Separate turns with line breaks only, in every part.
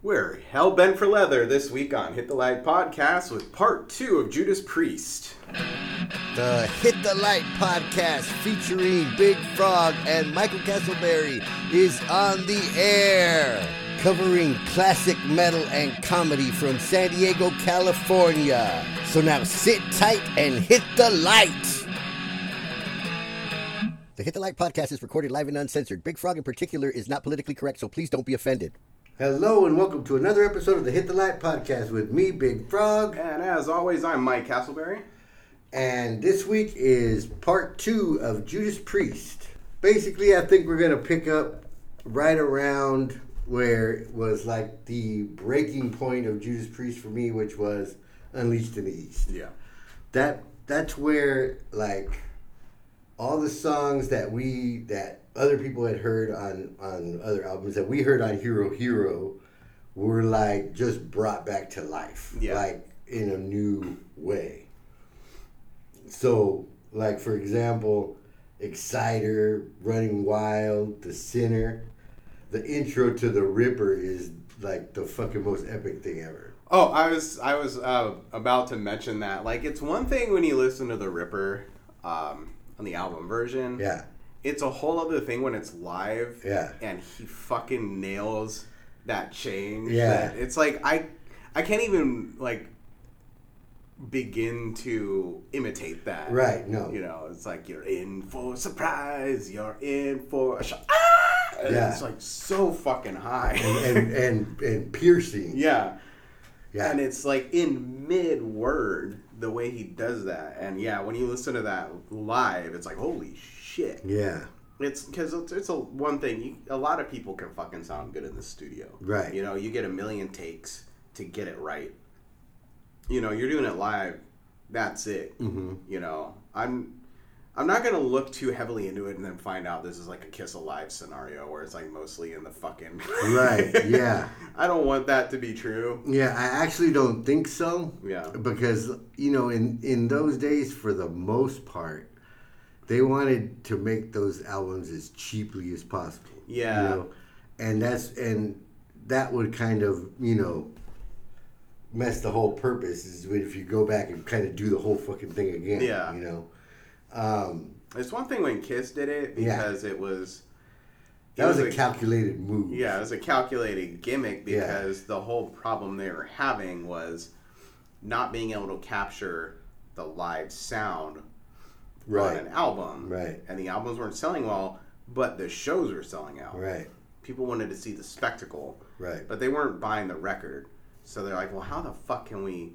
We're hell bent for leather this week on Hit the Light Podcast with part two of Judas Priest.
The Hit the Light podcast featuring Big Frog and Michael Castleberry is on the air, covering classic metal and comedy from San Diego, California. So now sit tight and hit the light. The Hit the Light podcast is recorded live and uncensored. Big Frog in particular is not politically correct, so please don't be offended.
Hello and welcome to another episode of the Hit the Light podcast with me, Big Frog.
And as always, I'm Mike Castleberry.
And this week is part two of Judas Priest. Basically, I think we're going to pick up right around where it was like the breaking point of Judas Priest for me, which was Unleashed in the East.
Yeah.
That that's where like all the songs that we that other people had heard on on other albums that we heard on Hero Hero were like just brought back to life,
Yeah.
like in a new way. So, like for example, Exciter, Running Wild, The Sinner, the intro to The Ripper is like the fucking most epic thing ever.
Oh, I was I was uh, about to mention that. Like, it's one thing when you listen to the Ripper um, on the album version.
Yeah,
It's a whole other thing when it's live.
Yeah.
And he fucking nails that change.
Yeah.
that- It's like I I can't even like begin to imitate that.
right. No,
You know, it's like you're in for a surprise. You're in for a shock. Ah!
Yeah.
It's like so fucking high.
and and and piercing.
yeah.
Yeah,
And it's like in mid word the way he does that. And yeah, when you listen to that live, it's like holy shit.
yeah,
It's because it's, it's a one thing. You, a lot of people can fucking sound good in the studio,
Right.
You know, you get a million takes to get it right. You know, you're doing it live. That's it. Mm-hmm. You know, I'm. I'm not gonna look too heavily into it and then find out this is like a kiss alive scenario where it's like mostly in the fucking.
right. Yeah.
I don't want that to be true.
Yeah, I actually don't think so.
Yeah.
Because you know, in in those days, for the most part, they wanted to make those albums as cheaply as possible. you
Yeah.
know? And that's and that would kind of you know mess the whole purpose is if you go back and kind of do the whole fucking thing again.
Yeah.
You know. Um,
It's one thing when Kiss did it
Yeah.
because it was.
that was, a
calculation.
calculated move.
Yeah, it was a calculated gimmick
Yeah.
because the whole problem they were having was not being able to capture the live sound on
Right.
an album.
Right.
And the albums weren't selling well, but the shows were selling out.
Right.
People wanted to see the spectacle,
Right.
but they weren't buying the record. So they're like, well, how the fuck can we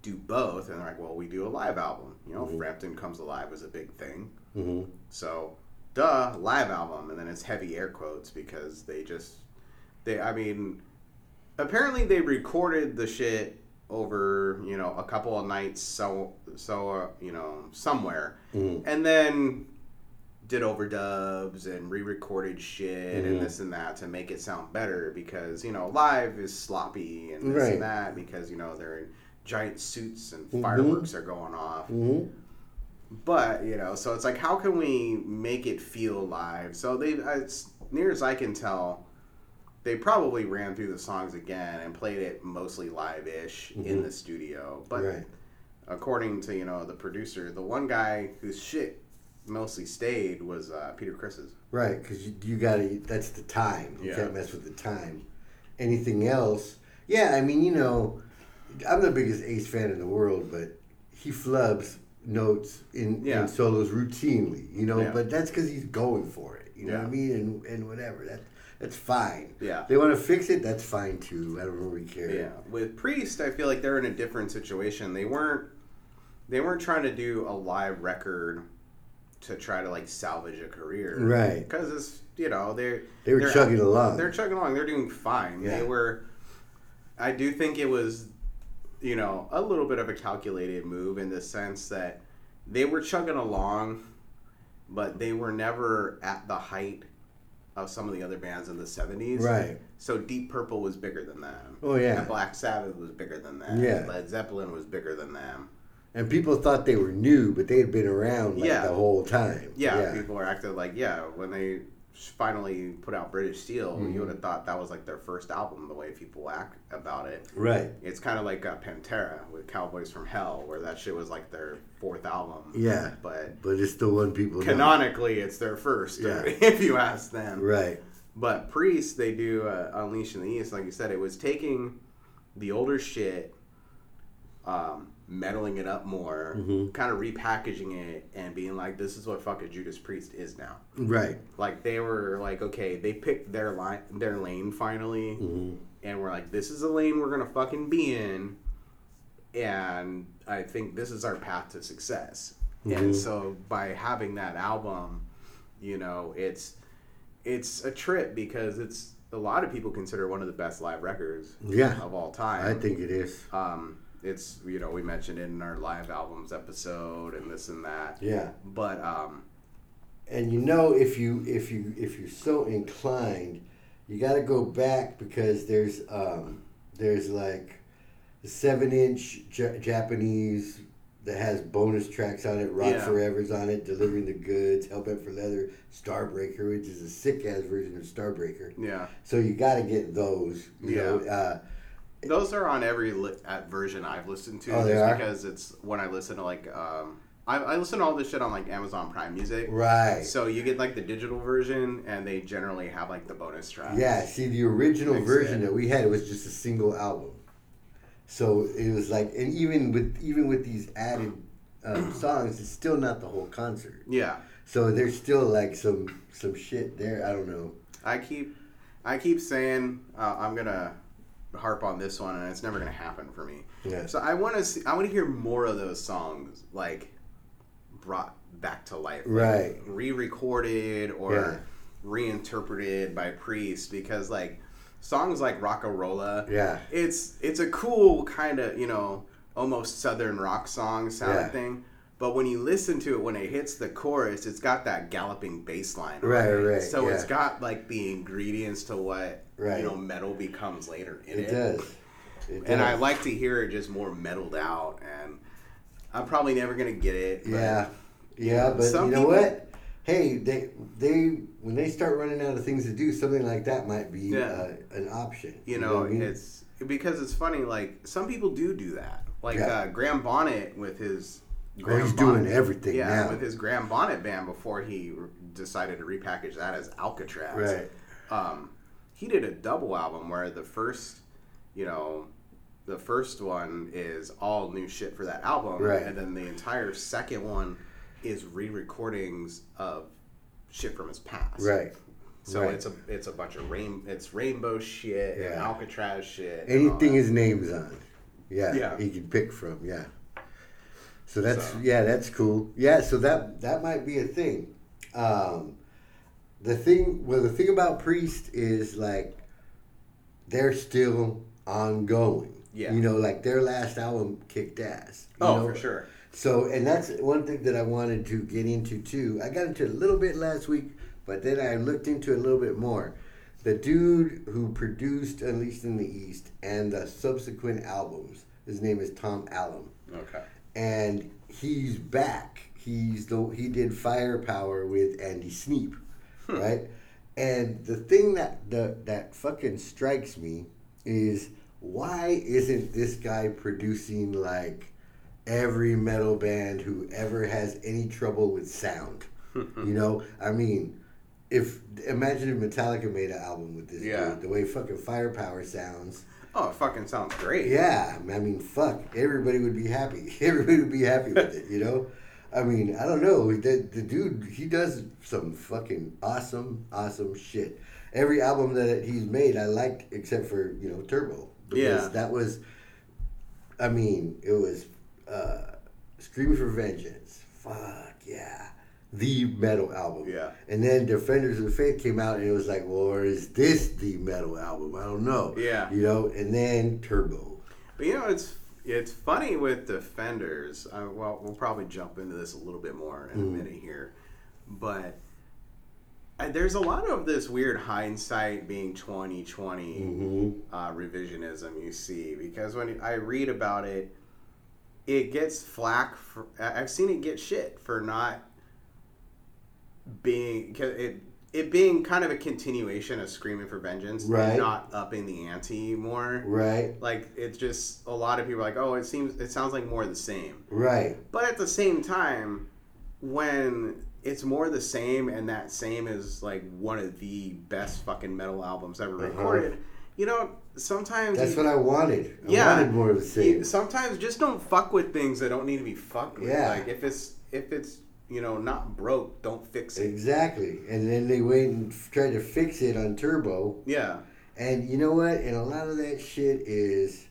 do both? And they're like, well, we do a live album. You know, Frampton Comes Alive was a big thing.
hmm
So, duh, live album, and then it's heavy air quotes because they just they. I mean, apparently they recorded the shit over you know a couple of nights, so so uh, you know somewhere, and then did overdubs and re-recorded shit and this and that to make it sound better because you know live is sloppy and this
Right. Mm-hmm.
and that because you know they're in giant suits and fireworks are going off but you know so it's like how can we make it feel live so they as near as i can tell they probably ran through the songs again and played it mostly live-ish in the studio but
Mm-hmm. Right.
according to you know the producer the one guy whose shit mostly stayed was uh, peter chris's
Right, because you, you got to. That's the time. You
Yeah.
can't mess with the time. Anything else? Yeah, I mean, you know, I'm the biggest Ace fan in the world, but he flubs notes in,
Yeah.
in solos routinely. You know,
Yeah.
but that's because he's going for it. You know what
Yeah.
I mean? And and whatever. That that's fine.
Yeah.
They want to fix it. That's fine too. I don't really care.
Yeah, with Priest, I feel like they're in a different situation. They weren't they weren't trying to do a live record to try to like salvage a career,
Right.
Because it's you know they're
They were
they're-
chugging along.
They're chugging along. They're doing fine.
Yeah.
They were. I do think it was, you know, a little bit of a calculated move in the sense that they were chugging along, but they were never at the height of some of the other bands in the seventies,
Right.
so Deep Purple was bigger than them.
Oh, yeah.
And Black Sabbath was bigger than them.
Yeah.
Led Zeppelin was bigger than them.
And people thought they were new, but they had been around like
Yeah.
the whole time.
Yeah. People are acting like yeah when they finally put out British Steel,
Mm-hmm.
you would have thought that was like their first album. The way people act about it,
Right.
it's kind of like uh, Pantera with Cowboys from Hell, where that shit was like their fourth album.
Yeah.
but
But it's the one people know.
canonically, it's their first.
Yeah.
if you ask them,
Right.
but Priest, they do uh, Unleash in the East, like you said, it was taking the older shit, um, meddling it up more,
Mm-hmm.
kind of repackaging it, and being like, this is what fucking Judas Priest is now.
Right.
Like they were like, okay, they picked their line, their lane finally,
Mm-hmm.
and we're like, this is the lane we're gonna fucking be in, and I think this is our path to success.
Mm-hmm.
And so by having that album, you know, it's it's a trip because it's a lot of people consider it one of the best live records
Yeah.
of all time.
I think it is.
um, it's you know we mentioned it in our live albums episode and this and that,
Yeah.
but um,
and you know if you if you if you're so inclined you got to go back because there's um there's like a seven inch J- japanese that has bonus tracks on it rock
Yeah.
forever's on it delivering the goods hellbent for leather starbreaker which is a sick ass version of starbreaker
yeah.
so you got to get those you
Yeah.
know uh
Those are on every li- at version I've listened to.
Oh, they
just
are?
Because it's when I listen to like um, I, I listen to all this shit on like Amazon Prime Music.
right
So you get like the digital version, and they generally have like the bonus tracks.
Yeah, see, the original
Mix
version
it.
that we had was just a single album, so it was like, and even with even with these added um, songs, it's still not the whole concert.
Yeah.
So there's still like some some shit there. I don't know.
I keep, I keep saying uh, I'm gonna harp on this one, and it's never gonna happen for me.
Yeah.
So I want to see. I want to hear more of those songs like brought back to life, like,
Right.
re-recorded or
Yeah.
reinterpreted by Priest, because like songs like Rockarola,
Yeah.
it's it's a cool kind of you know almost southern rock song sound
Yeah.
thing. But when you listen to it, when it hits the chorus, it's got that galloping bass line. on
Right,
it.
right,
So it's
yeah.
got like the ingredients to what
Right.
you know metal becomes later in it.
It does. It
And I
does.
like to hear it just more metaled out, and I'm probably never gonna get it. but-
Yeah, yeah, but
Some
you know
people-
what? Hey, they they when they start running out of things to do, something like that might be
Yeah.
uh, an option.
you know,
what I mean?
it's because it's funny. Like some people do do that. Like
Yeah.
uh, Graham Bonnet with his.
Oh, he's
Graham
doing everything
Yeah,
now.
with his Graham Bonnet band before he r decided to repackage that as Alcatraz.
right.
Um, he did a double album where the first, you know, the first one is all new shit for that album,
Right.
and then the entire second one is re-recordings of shit from his past.
Right.
So
Right.
it's a it's a bunch of rain it's rainbow shit and
Yeah.
Alcatraz shit. and all
anything
that.
his name's on. Yeah,
Yeah.
he can pick from. Yeah. So that's
So-
yeah, that's cool. Yeah, so that that might be a thing. Um, the thing well, the thing about Priest is like they're still ongoing.
Yeah.
you know, like their last album kicked ass. you
Oh,
know?
for sure.
So, and that's one thing that I wanted to get into too. I got into it a little bit last week, but then I looked into it a little bit more. The dude who produced Unleashed in the East and the subsequent albums, his name is Tom Allen,
Okay.
and he's back. He's the he did Firepower with Andy Sneap, right? And the thing that the, that fucking strikes me is why isn't this guy producing like every metal band who ever has any trouble with sound. you know, I mean, if imagine if Metallica made an album with this
Yeah.
dude, the way fucking Firepower sounds.
Oh, it fucking sounds great.
Yeah, I mean, fuck, everybody would be happy. Everybody would be happy with it. You know, I mean, I don't know. The, the dude, he does some fucking awesome, awesome shit. Every album that he's made, I liked except for you know Turbo. because
Yeah.
that was. I mean, it was uh, Screaming for Vengeance. Fuck yeah. The metal album.
Yeah.
And then Defenders of the Faith came out, and it was like, well, or is this the metal album? I don't know.
Yeah.
You know, and then Turbo.
But you know, it's it's funny with defenders. I, well, we'll probably jump into this a little bit more
Mm.
in a minute here, but I, there's a lot of this weird hindsight being 2020
Mm.
uh, revisionism you see because when I read about it, it gets flack. For, I- I've seen it get shit for not being. 'cause It it being kind of a continuation of Screaming for Vengeance, and
Right.
not upping the ante more.
Right.
Like it's just a lot of people are like, oh, it seems it sounds like more of the same.
Right.
But at the same time, when it's more the same and that same is like one of the best fucking metal albums ever recorded, you know, sometimes
Uh-huh. That's
you-
what I wanted. I
Yeah.
wanted more of the same.
you- sometimes just don't fuck with things that don't need to be fucked with.
Yeah.
Like if it's if it's you know not broke, don't fix it.
Exactly. And then they went and f- tried to fix it on Turbo.
Yeah.
And you know what? And a lot of that shit is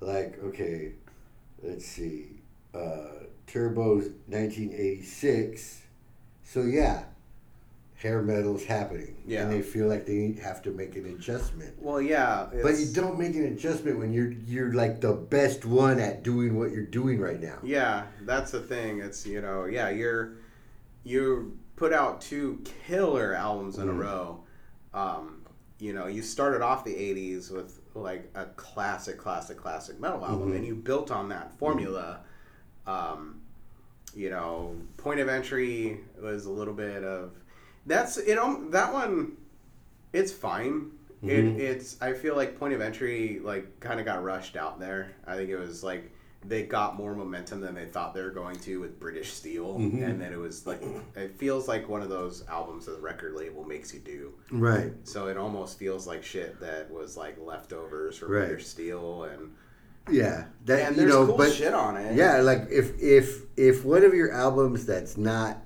like, okay, let's see. Uh, Turbo's 1986. So, yeah, hair metal's happening.
Yeah.
And they feel like they have to make an adjustment.
Well, yeah.
But
it's-
you don't make an adjustment when you're you're like the best one at doing what you're doing right now.
Yeah, that's the thing. It's you know, yeah, you're you put out two killer albums in a row. Um, you know, you started off the '80s with like a classic, classic, classic metal album, and you built on that formula. Um, you know, Point of Entry was a little bit of that's it. al- That one, it's fine.
Mm-hmm.
It, it's I feel like Point of Entry like kind of got rushed out there. I think it was like they got more momentum than they thought they were going to with British Steel,
Mm-hmm.
and then it was like it feels like one of those albums that the record label makes you do.
Right.
So it almost feels like shit that was like leftovers from
Right.
British Steel, and
Yeah. That
and
you
there's
know,
cool
but
shit on it.
Yeah, like if if if one of your albums that's not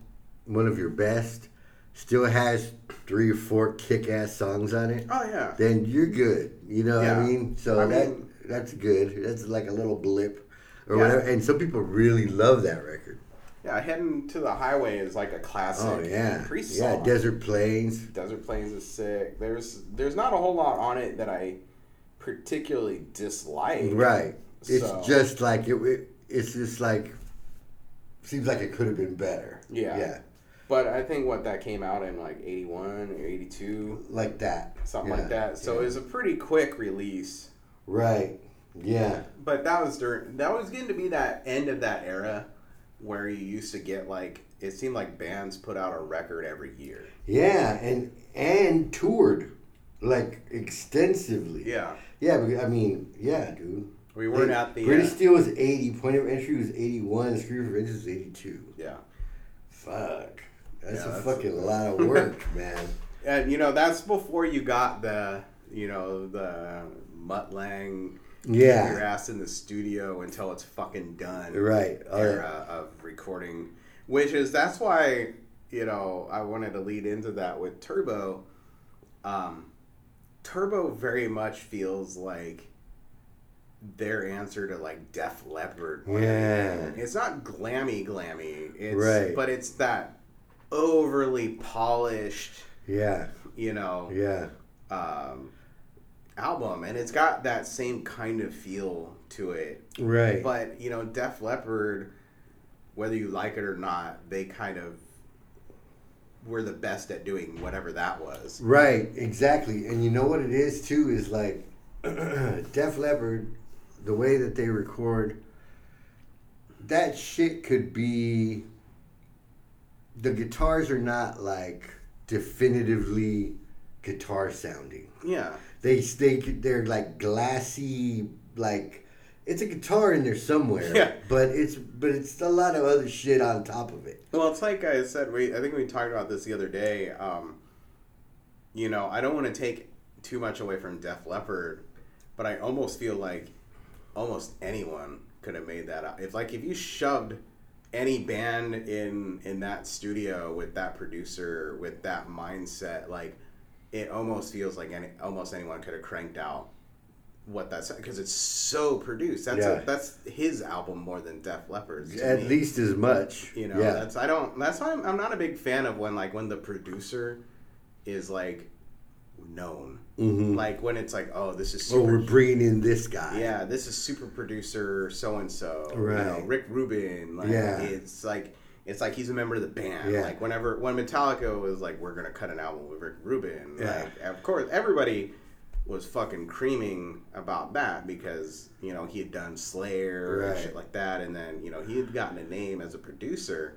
one of your best still has three or four kick ass songs on it,
Oh yeah.
then you're good. You know what
Yeah.
I mean? So
I
that
mean-
that's good. That's like a little blip or
Yeah.
whatever. And some people really love that record.
Yeah, heading to the highway is like a classic.
Oh yeah.
Priest
Yeah,
song.
Desert Plains.
Desert Plains is sick. There's there's not a whole lot on it that I particularly dislike.
Right. It's
So-
just like it, it it's just like seems like it could have been better.
Yeah.
Yeah.
But I think what that came out in like 81 or 82,
Like that.
something
Yeah.
like that. So it was a pretty quick release.
Right. Yeah.
But that was during that was getting to be that end of that era where you used to get like it seemed like bands put out a record every year.
Yeah, and and toured like extensively.
Yeah.
Yeah, because, I mean, yeah, dude.
We weren't at the
British
uh,
Steel was eighty. Point of Entry was eighty one. Screw for Vengeance was eighty two.
yeah.
Fuck, that's
Yeah,
a
that's-
fucking lot of work, man.
And you know, that's before you got the, you know, the Mutt Lang
Yeah.
your ass in the studio until it's fucking done.
Right. Oh, yeah.
Era of recording, which is that's why you know I wanted to lead into that with Turbo. Um, Turbo very much feels like their answer to like Def Leppard. when
Yeah.
they- it's not glammy, glammy. It's,
Right.
but it's that overly polished,
Yeah,
you know,
yeah,
um, album, and it's got that same kind of feel to it.
right.
But you know, Def Leppard, whether you like it or not, they kind of were the best at doing whatever that was.
Right, exactly. And you know what it is too is like Def Leppard, the way that they record, that shit could be. The guitars are not like definitively guitar sounding.
Yeah,
They they they're like glassy like. It's a guitar in there somewhere,
Yeah.
but it's but it's a lot of other shit on top of it.
Well, it's like I said. We I think we talked about this the other day. Um, you know, I don't want to take too much away from Def Leppard, but I almost feel like almost anyone could have made that up. If like if you shoved any band in in that studio with that producer with that mindset, like it almost feels like any almost anyone could have cranked out what that's because it's so produced. That's
Yeah.
a, that's his album more than Def Leppard's. to
At
me.
least as much,
You know,
Yeah.
that's I don't. That's why I'm, I'm not a big fan of when like when the producer is like known, like when it's like, oh, this is
Mm. Or
super.
Mm-hmm. we're bringing in this guy.
yeah, this is super producer so and so. You know,
Right.
Rick Rubin. Like,
Yeah.
It's like it's like he's a member of the band.
Yeah.
Like whenever when Metallica was like, we're gonna cut an album with Rick Rubin.
Yeah.
Like of course everybody was fucking creaming about that because you know he had done Slayer
Right.
and shit like that, and then you know he had gotten a name as a producer.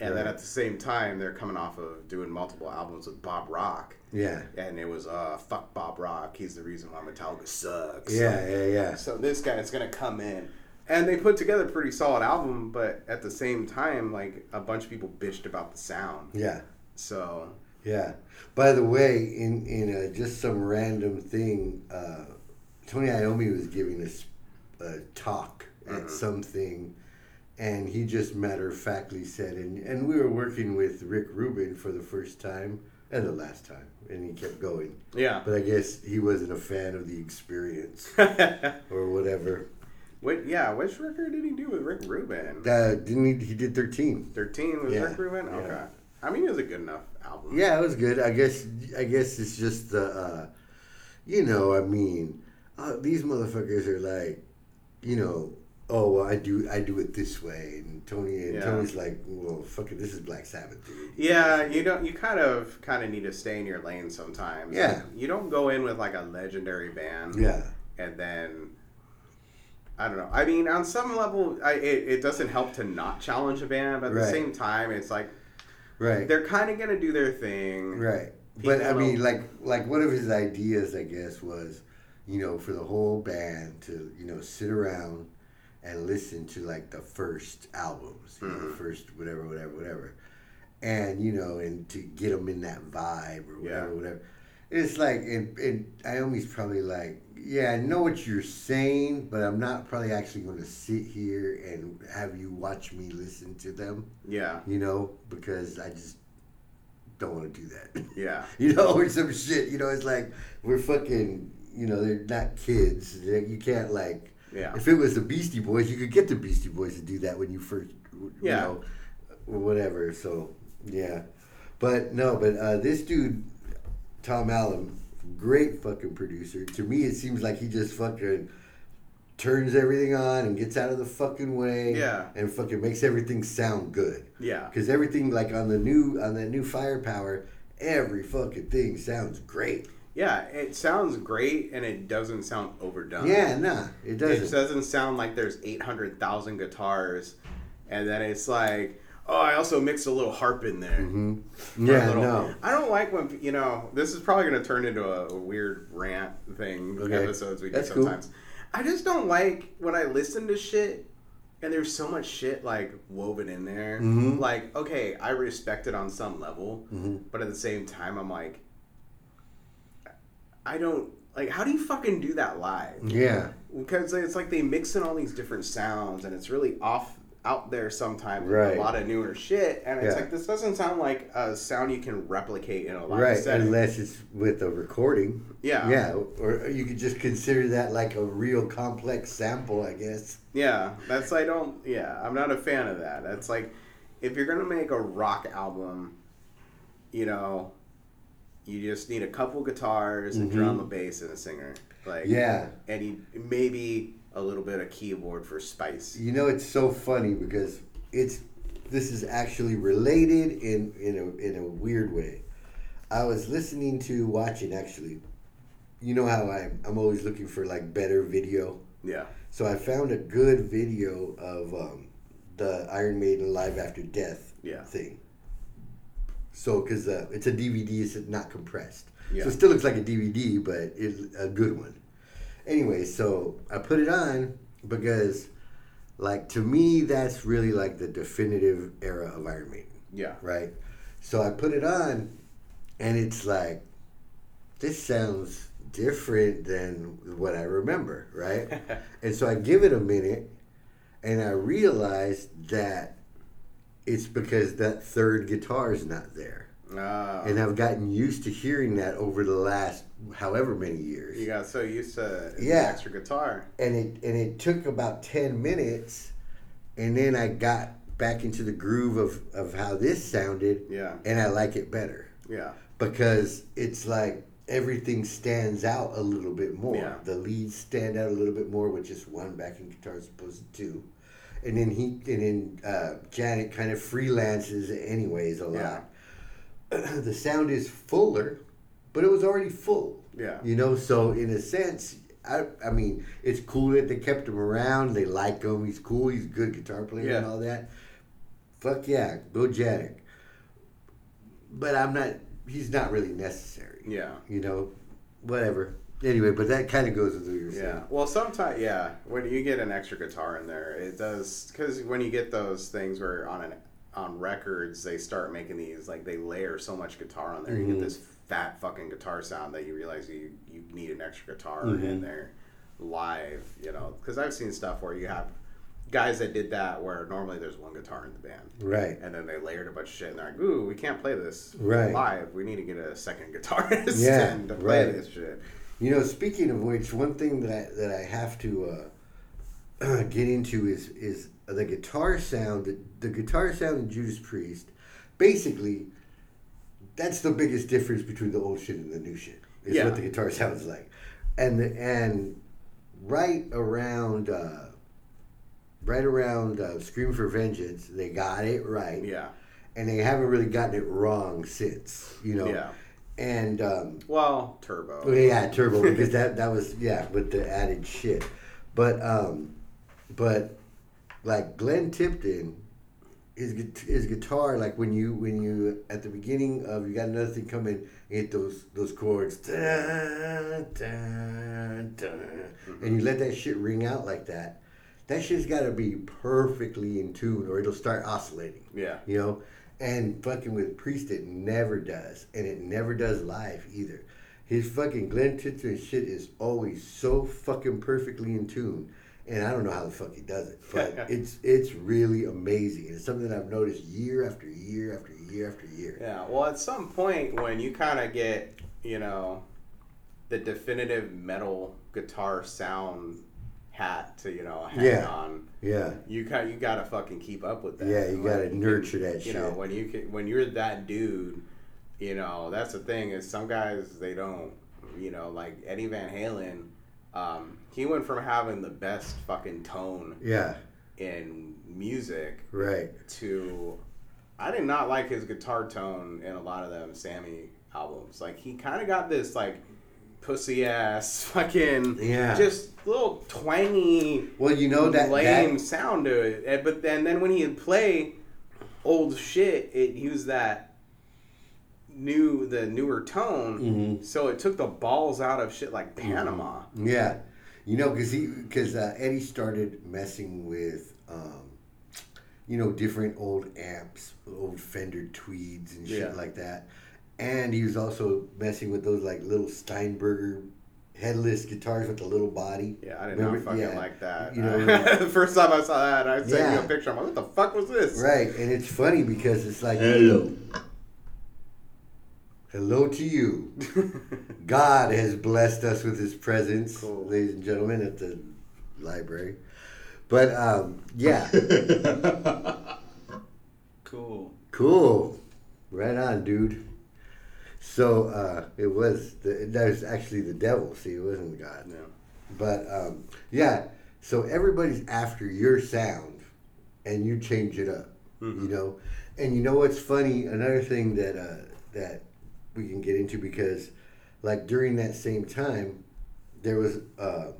And then
Right.
at the same time, they're coming off of doing multiple albums with Bob Rock.
Yeah.
And it was, uh, fuck Bob Rock. He's the reason why Metallica sucks.
Yeah, yeah, yeah.
So this guy is gonna come in, and they put together a pretty solid album, but at the same time, like a bunch of people bitched about the sound.
Yeah.
So
Yeah. By the way, in in uh, just some random thing, uh, Tony Iommi was giving this uh, talk at something, and he just matter of factly said, and and we were working with Rick Rubin for the first time and the last time, and he kept going,
yeah,
but I guess he wasn't a fan of the experience or whatever.
what? Yeah, which record did he do with Rick Rubin?
That Uh, didn't he, he did thirteen.
Thirteen with
Yeah,
Rick Rubin.
yeah.
Okay, I mean it was a good enough album.
Yeah, it was good. I guess I guess it's just the, uh, you know, I mean, uh, these motherfuckers are like, you know, oh well, I do I do it this way, and Tony and
Yeah.
Tony's like, well, fuck it, this is Black Sabbath, dude.
Yeah, you don't. You kind of, kind of need to stay in your lane sometimes.
Yeah.
you don't go in with like a legendary band.
Yeah,
and then I don't know. I mean, on some level, I, it, it doesn't help to not challenge a band, but at
Right.
the same time, it's like
right,
they're kind of gonna do their thing,
right. But I
People
mean,
don't-
like like one of his ideas, I guess, was, you know, for the whole band to you know sit around and listen to like the first albums, you
Mm-hmm.
know, the first whatever, whatever, whatever. and you know, and to get them in that vibe or whatever,
Yeah.
whatever. It's like, and, and Iommi's probably like, yeah, I know what you're saying, but I'm not probably actually going to sit here and have you watch me listen to them,
Yeah,
you know, because I just don't want to do that,
yeah,
you know, or some shit. You know, it's like we're fucking, you know, they're not kids. They- You can't like
yeah,
if it was the Beastie Boys, you could get the Beastie Boys to do that when you first, you
Yeah.
know, or whatever. So, yeah. But no, but uh, this dude, Tom Allen, great fucking producer. To me, it seems like he just fucking turns everything on and gets out of the fucking way.
Yeah.
And fucking makes everything sound good.
yeah,
Because everything, like on the new, on that new Firepower, every fucking thing sounds great.
yeah. It sounds great, and it doesn't sound overdone.
yeah, nah, it
it
doesn't.
doesn't sound like there's eight hundred thousand guitars, and then it's like, oh, I also mixed a little harp in there.
Mm-hmm.
Or a
yeah,
little-
no.
I don't like when you know. This is probably going to turn into a, a weird rant thing.
Okay.
Episodes we do
That's cool.
sometimes. I just don't like when I listen to shit and there's so much shit like woven in there.
Mm-hmm.
Like, okay, I respect it on some level, but at the same time, I'm like, I don't like. How do you fucking do that live?
Yeah.
because it's like they mix in all these different sounds and it's really off out there sometimes with
Right.
a lot of newer shit and it's
Yeah.
like this doesn't sound like a sound you can replicate in a live
Right,
setting
unless it's with a recording.
yeah yeah
Yeah, or you could just consider that like a real complex sample, I guess.
yeah that's i don't yeah i'm not a fan of that that's like if you're gonna make a rock album you know you just need a couple guitars a drum a bass and a singer like
Mm-hmm. Yeah.
and you, maybe a little bit of keyboard for spice
You know, it's so funny because it's this is actually related in in a in a weird way. I was listening to watching actually. You know how I I'm always looking for like better video.
yeah
So I found a good video of um, the Iron Maiden Live After Death
Yeah.
thing. So, because uh, it's a DVD, it's not compressed.
Yeah.
So it still looks like a DVD, but it, a good one. Anyway, so I put it on because, like, to me, that's really like the definitive era of Iron Maiden
yeah
right? So I put it on, and it's like, this sounds different than what I remember, right? and so I give it a minute, and I realize that it's because that third guitar is not there.
Ah.
And I've gotten used to hearing that over the last however many years.
You got so used to the
Yeah.
extra guitar.
and it and it took about 10 minutes and then I got back into the groove of, of how this sounded
Yeah,
and I like it better
yeah,
because it's like everything stands out a little bit more.
Yeah.
The leads stand out a little bit more with just one backing guitar as opposed to two. And then he and then uh, Janet kind of freelances anyways a
Yeah.
lot. the sound is fuller, but it was already full.
yeah,
You know, so in a sense, I, I mean, it's cool that they kept him around. They like him. He's cool. He's a good guitar player and
Yeah.
all that. Fuck yeah, go Janik. But I'm not. He's not really necessary.
Yeah.
You know, whatever. Anyway, but that kind of goes with what you're saying.
Yeah. Well, sometimes, yeah, when you get an extra guitar in there, it does because when you get those things where on an on records they start making these like they layer so much guitar on there, you
Mm-hmm.
get this fat fucking guitar sound that you realize you you need an extra guitar
Mm-hmm.
in there live, you know? Because I've seen stuff where you have guys that did that where normally there's one guitar in the band.
Right.
And then they layered a bunch of shit, and they're like, "Ooh, we can't play this
Right.
live. We need to get a second guitarist
Yeah,
in to play
right.
this shit."
You know, speaking of which, one thing that I, that I have to uh, get into is is the guitar sound. The, the guitar sound in Judas Priest, basically, that's the biggest difference between the old shit and the new shit. Is
Yeah.
what the guitar sounds like, and the, and right around uh, right around uh, Scream for Vengeance, they got it right.
Yeah.
and they haven't really gotten it wrong since. You know.
Yeah.
And um,
Well, turbo.
well, Oh, yeah, turbo because that that was yeah with the added shit, but um, but like Glenn Tipton, his gu- his guitar like when you when you at the beginning of you got another thing coming, you hit those those chords, dun, dun, dun, and you let that shit ring out like that. That shit's got to be perfectly in tune, or it'll start oscillating
Yeah.
you know and fucking with priest it never does and it never does live either his fucking glenn tipton shit is always so fucking perfectly in tune and i don't know how the fuck he does it but it's it's really amazing it's something that i've noticed year after year after year after year
Yeah. Well, at some point when you kind of get, you know, the definitive metal guitar sound hat to, you know, hang
Yeah.
on,
yeah
you kind you gotta fucking keep up with that.
yeah you
Like,
gotta nurture that
you
shit
know when you can when you're that dude, you know that's the thing is some guys they don't, you know, like Eddie Van Halen. Um, he went from having the best fucking tone
yeah
in music
right
to I did not like his guitar tone in a lot of them Sammy albums. Like he kind of got this like pussy ass fucking
Yeah.
just little twangy
well you know that,
lame
that
sound to it. And, but then then when he'd play old shit, it used that new the newer tone.
Mm-hmm.
So it took the balls out of shit like Panama.
Yeah, you know, because he because uh, Eddie started messing with, um, you know, different old amps, old Fender Tweeds and shit
Yeah.
like that, and he was also messing with those like little Steinberger headless guitars with the little body.
Yeah, I did
Remember-
not fucking
yeah.
like that.
You know,
the first time I saw that, I sent you
Yeah.
a picture. I'm like, what the fuck was this?
right? And it's funny because it's like Hello to you. God has blessed us with his presence,
Cool.
ladies and gentlemen, at the library. But um, yeah,
Cool.
cool. Right on, dude. So uh, it was the, that was actually the devil. See, it wasn't God.
Yeah.
But um, yeah, so everybody's after your sound, and you change it up, you know. And you know what's funny? Another thing that uh, that we can get into because, like during that same time, there was uh,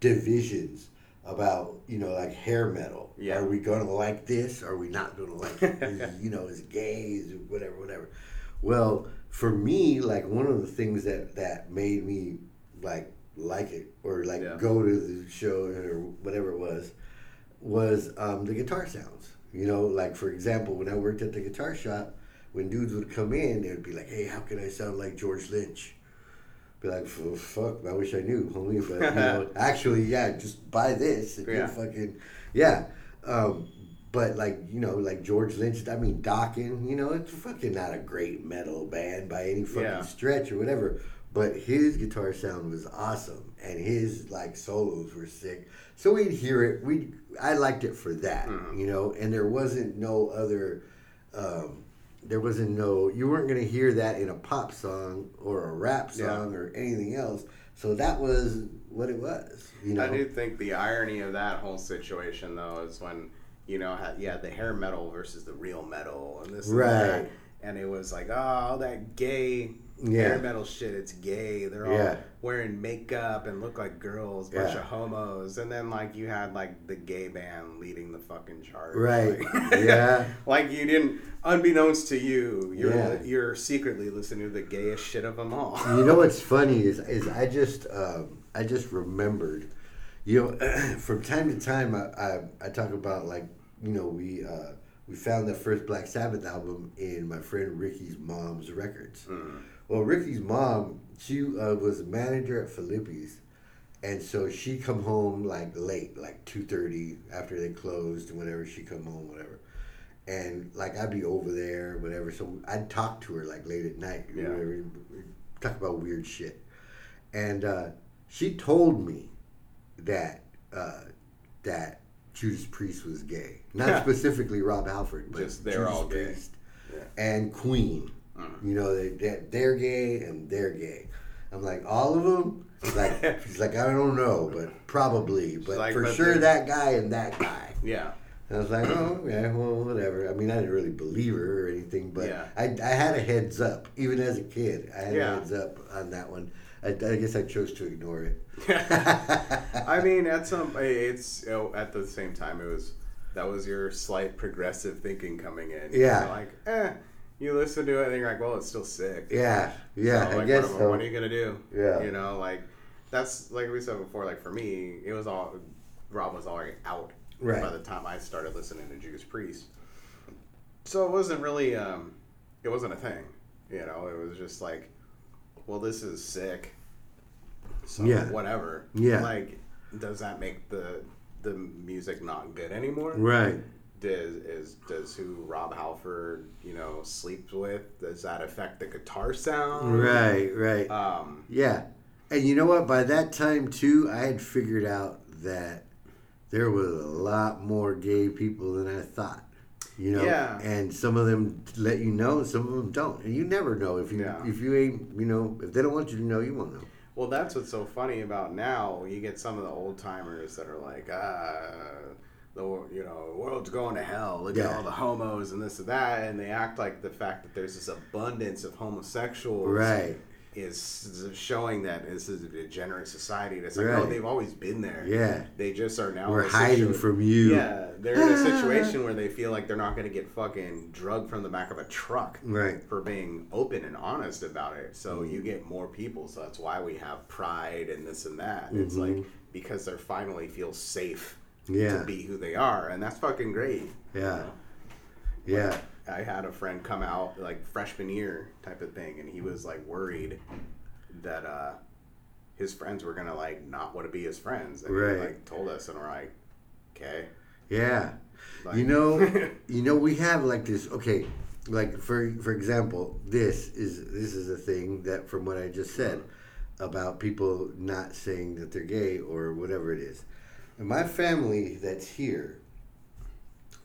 divisions about you know like hair metal.
Yeah.
Are we gonna like this? Are we not gonna like? it? Is- you know, is it gay? Is it whatever, whatever. Well, for me, like one of the things that that made me like like it or like
Yeah.
go to the show or whatever it was was um, the guitar sounds. You know, like for example, when I worked at the guitar shop, when dudes would come in, they would be like, "Hey, how can I sound like George Lynch?" Be like, "F- "Fuck, I wish I knew, homie." But you know, actually, yeah, just buy this and
Yeah.
you fucking yeah. Um, but like you know, like George Lynch, I mean, Dokken, you know, it's fucking not a great metal band by any fucking
Yeah.
stretch or whatever. But his guitar sound was awesome, and his like solos were sick. So we'd hear it. We I liked it for that,
Mm-hmm.
you know. And there wasn't no other. Um, there wasn't no. You weren't gonna hear that in a pop song or a rap
Yeah.
song or anything else. So that was what it was, you know.
I do think the irony of that whole situation, though, is when you know, ha- yeah, the hair metal versus the real metal, and this, and that.
Right.
and it was like, oh, all that gay
Yeah.
hair metal shit. It's gay. They're all
Yeah.
wearing makeup and look like girls, bunch
Yeah.
of homos. And then like you had like the gay band leading the fucking charge,
Right.
Like,
yeah.
like you didn't, unbeknownst to you, you're
Yeah.
you're secretly listening to the gayest shit of them all.
You know what's funny is is I just um, I just remembered, you know, from time to time I, I I talk about like you know we uh, we found the first Black Sabbath album in my friend Ricky's mom's records.
Mm,
Well, Ricky's mom she uh, was a manager at Filippi's, and so she come home like late, like two thirty after they closed. Whenever she come home, whatever. And like I'd be over there, whatever. So I'd talk to her like late at night.
Yeah.
whatever, talk about weird shit. And uh, she told me that uh, that Judas Priest was gay. Not specifically Rob Halford, but
Just they're
Judas
all gay.
Priest
Yeah.
and Queen. You know, they, they're, they're gay and they're gay. I'm like, all of them? Like, she's like, I don't know, but probably. But
like,
for
"But
sure,
they're-"
that guy and that guy.
yeah.
And I was like, oh, yeah, well, whatever. I mean, I didn't really believe her or anything, but
Yeah.
I, I had a heads up, even as a kid. I had
Yeah.
a heads up on that one. I, I guess I chose to ignore it.
I mean, at some, it's you know, at the same time, it was that was your slight progressive thinking coming in. You're
Yeah.
like, eh, you listen to it and you're like, well, it's still sick.
Yeah, yeah,
So, like,
I guess
what,
so.
what are you gonna do?
Yeah.
you know, like that's like we said before. Like for me, it was all Rob was already out
Right.
by the time I started listening to Judas Priest. So it wasn't really, um, it wasn't a thing. You know, it was just like, well, this is sick. So
Yeah.
whatever.
Yeah.
Like, does that make the the music not good anymore?
Right.
does is does who Rob Halford you know sleeps with? Does that affect the guitar sound?
Right, right.
Um,
Yeah. And you know what? By that time, too, I had figured out that there was a lot more gay people than I thought. You know,
Yeah.
and some of them let you know, and some of them don't, and you never know if you
Yeah.
if you ain't you know if they don't want you to know, you won't know.
well, that's what's so funny about now. You get some of the old timers that are like, uh, the wor- you know world's going to hell. Look at
Yeah.
all the homos and this and that, and they act like the fact that there's this abundance of homosexuals
Right.
is showing that this is a degenerate society. And it's like, oh,
Right.
they've always been there.
Yeah.
They just are now. in
We're
a
hiding
situa-
from you.
Yeah, they're in a situation where they feel like they're not going to get fucking drugged from the back of a truck
Right.
for being open and honest about it. So you
Mm-hmm.
get more people. So that's why we have pride and this and that. It's like because they are finally feel safe
Mm-hmm. Yeah.
to be who they are, and that's fucking great.
Yeah. Yeah.
I had a friend come out like freshman year type of thing, and he was like worried that uh, his friends were gonna like not want to be his friends. And
Right.
He, like told us, and we're like, okay.
Yeah.
Like-
you know, you know, we have like this. Okay, like for for example, this is this is a thing that from what I just said about people not saying that they're gay or whatever it is. And my family that's here,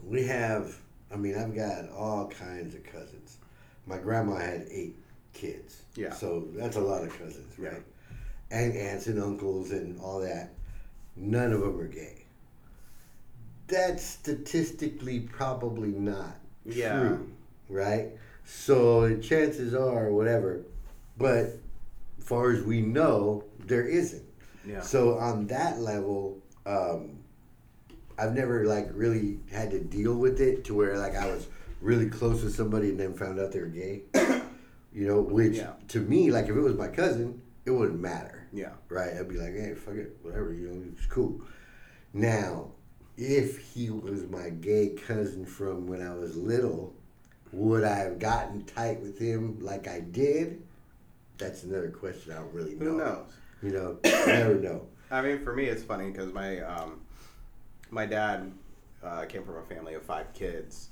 we have. I mean, I've got all kinds of cousins. My grandma had eight kids.
Yeah.
So that's a lot of cousins,
Yeah.
right? And aunts and uncles and all that. None of them are gay that's statistically probably not
Yeah.
true, right? So the chances are whatever, but far as we know, there isn't.
Yeah.
So on that level, um, I've never like really had to deal with it to where like I was really close with somebody and then found out they were gay. you know, which
Yeah.
to me, like if it was my cousin, it wouldn't matter
yeah.
right? I'd be like, hey, fuck it, whatever, you know, it's cool. Now, if he was my gay cousin from when I was little, would I have gotten tight with him like I did? That's another question I don't really know.
Who knows?
You know, you never know.
I mean, for me, it's funny because my um, my dad uh, came from a family of five kids,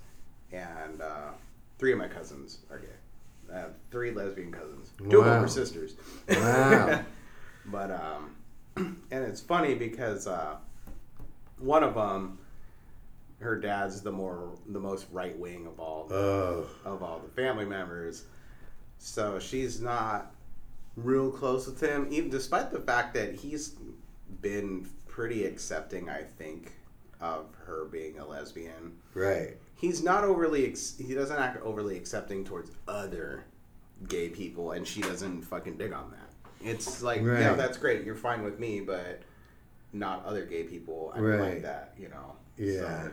and uh, three of my cousins are gay. I have three lesbian cousins. Two of them
Wow.
are sisters.
Wow.
but um, and it's funny because uh, one of them, her dad's the more the most right wing of all
Oh,
of all the family members. So she's not real close with him, even despite the fact that he's been pretty accepting, I think, of her being a lesbian.
right.
He's not overly, ex- he doesn't act overly accepting towards other gay people, and she doesn't fucking dig on that. It's like,
Right.
yeah, that's great. You're fine with me, but not other gay people. I don't
Right.
like that, you know.
Yeah.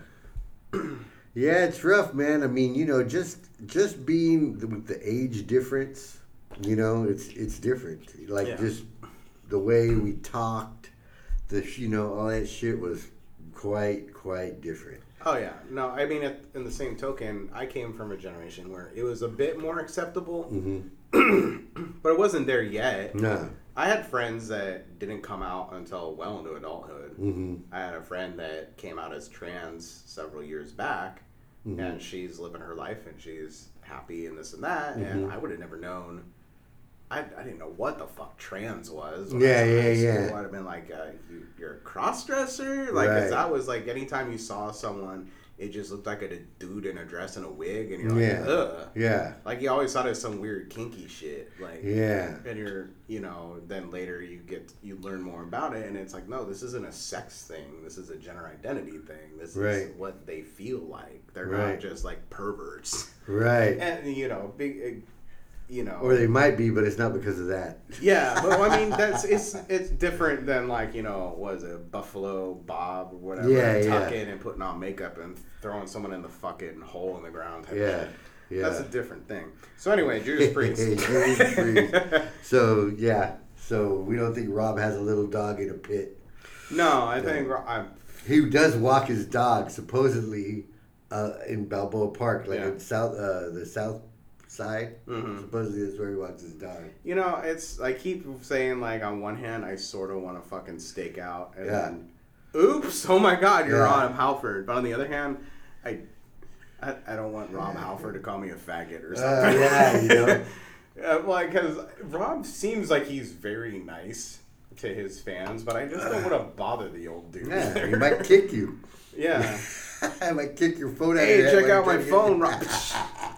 So,
Yeah, it's rough, man. I mean, you know, just just being the, with the age difference, you know, it's it's different. Like
Yeah.
just the way we talked, the sh- you know all that shit was quite quite different.
oh yeah. No, I mean, at, in the same token, I came from a generation where it was a bit more acceptable, but it wasn't there yet.
No,
I had friends that didn't come out until well into adulthood.
Mm-hmm.
I had a friend that came out as trans several years back,
Mm-hmm.
and she's living her life and she's happy and this and that.
Mm-hmm.
And I would have never known. I, I didn't know what the fuck trans was. when I
Yeah,
was in high
yeah, yeah.
school. I'd have been like, uh, you, you're a crossdresser? Like, 'cause
Right.
that was like, anytime you saw someone, it just looked like a dude in a dress and a wig, and you're like,
Yeah.
ugh.
yeah,
Like, you always thought it was some weird kinky shit. Like,
yeah,
and you're you know then later you get you learn more about it and it's like no this isn't a sex thing this is a gender identity thing this
Right.
is what they feel like they're
Right.
not just like perverts
right.
and you know big eh, you know
Or they might be, but it's not because of that.
yeah but i mean that's it's it's different than like you know was it buffalo bob or whatever
Yeah,
and tuck
yeah.
in and putting on makeup and throwing someone in the fucking hole in the ground type
Yeah,
shit.
yeah.
that's a different thing so anyway judas priest
Judas Priest. So yeah, so we don't think Rob has a little dog in a pit.
no i think i'm
He does walk his dog supposedly uh, in Balboa Park, like
Yeah. Mm-hmm.
in south uh, the south side. Supposedly that's where he walks his dog.
You know, it's I keep saying like on one hand I sort of want to fucking stake out, and
Yeah.
then, oops, oh my god, you're
Yeah.
on Halford. But on the other hand, I I, I don't want Rob Halford to call me a faggot or
Uh,
something.
yeah, you know.
Yeah, like, because Rob seems like he's very nice to his fans, but I just don't want to bother the old dude.
Yeah, he
either.
might kick you.
yeah.
I might kick your phone out. of
Hey,
your hand
check
when
out
you
my
try to
phone,
get-
Rob.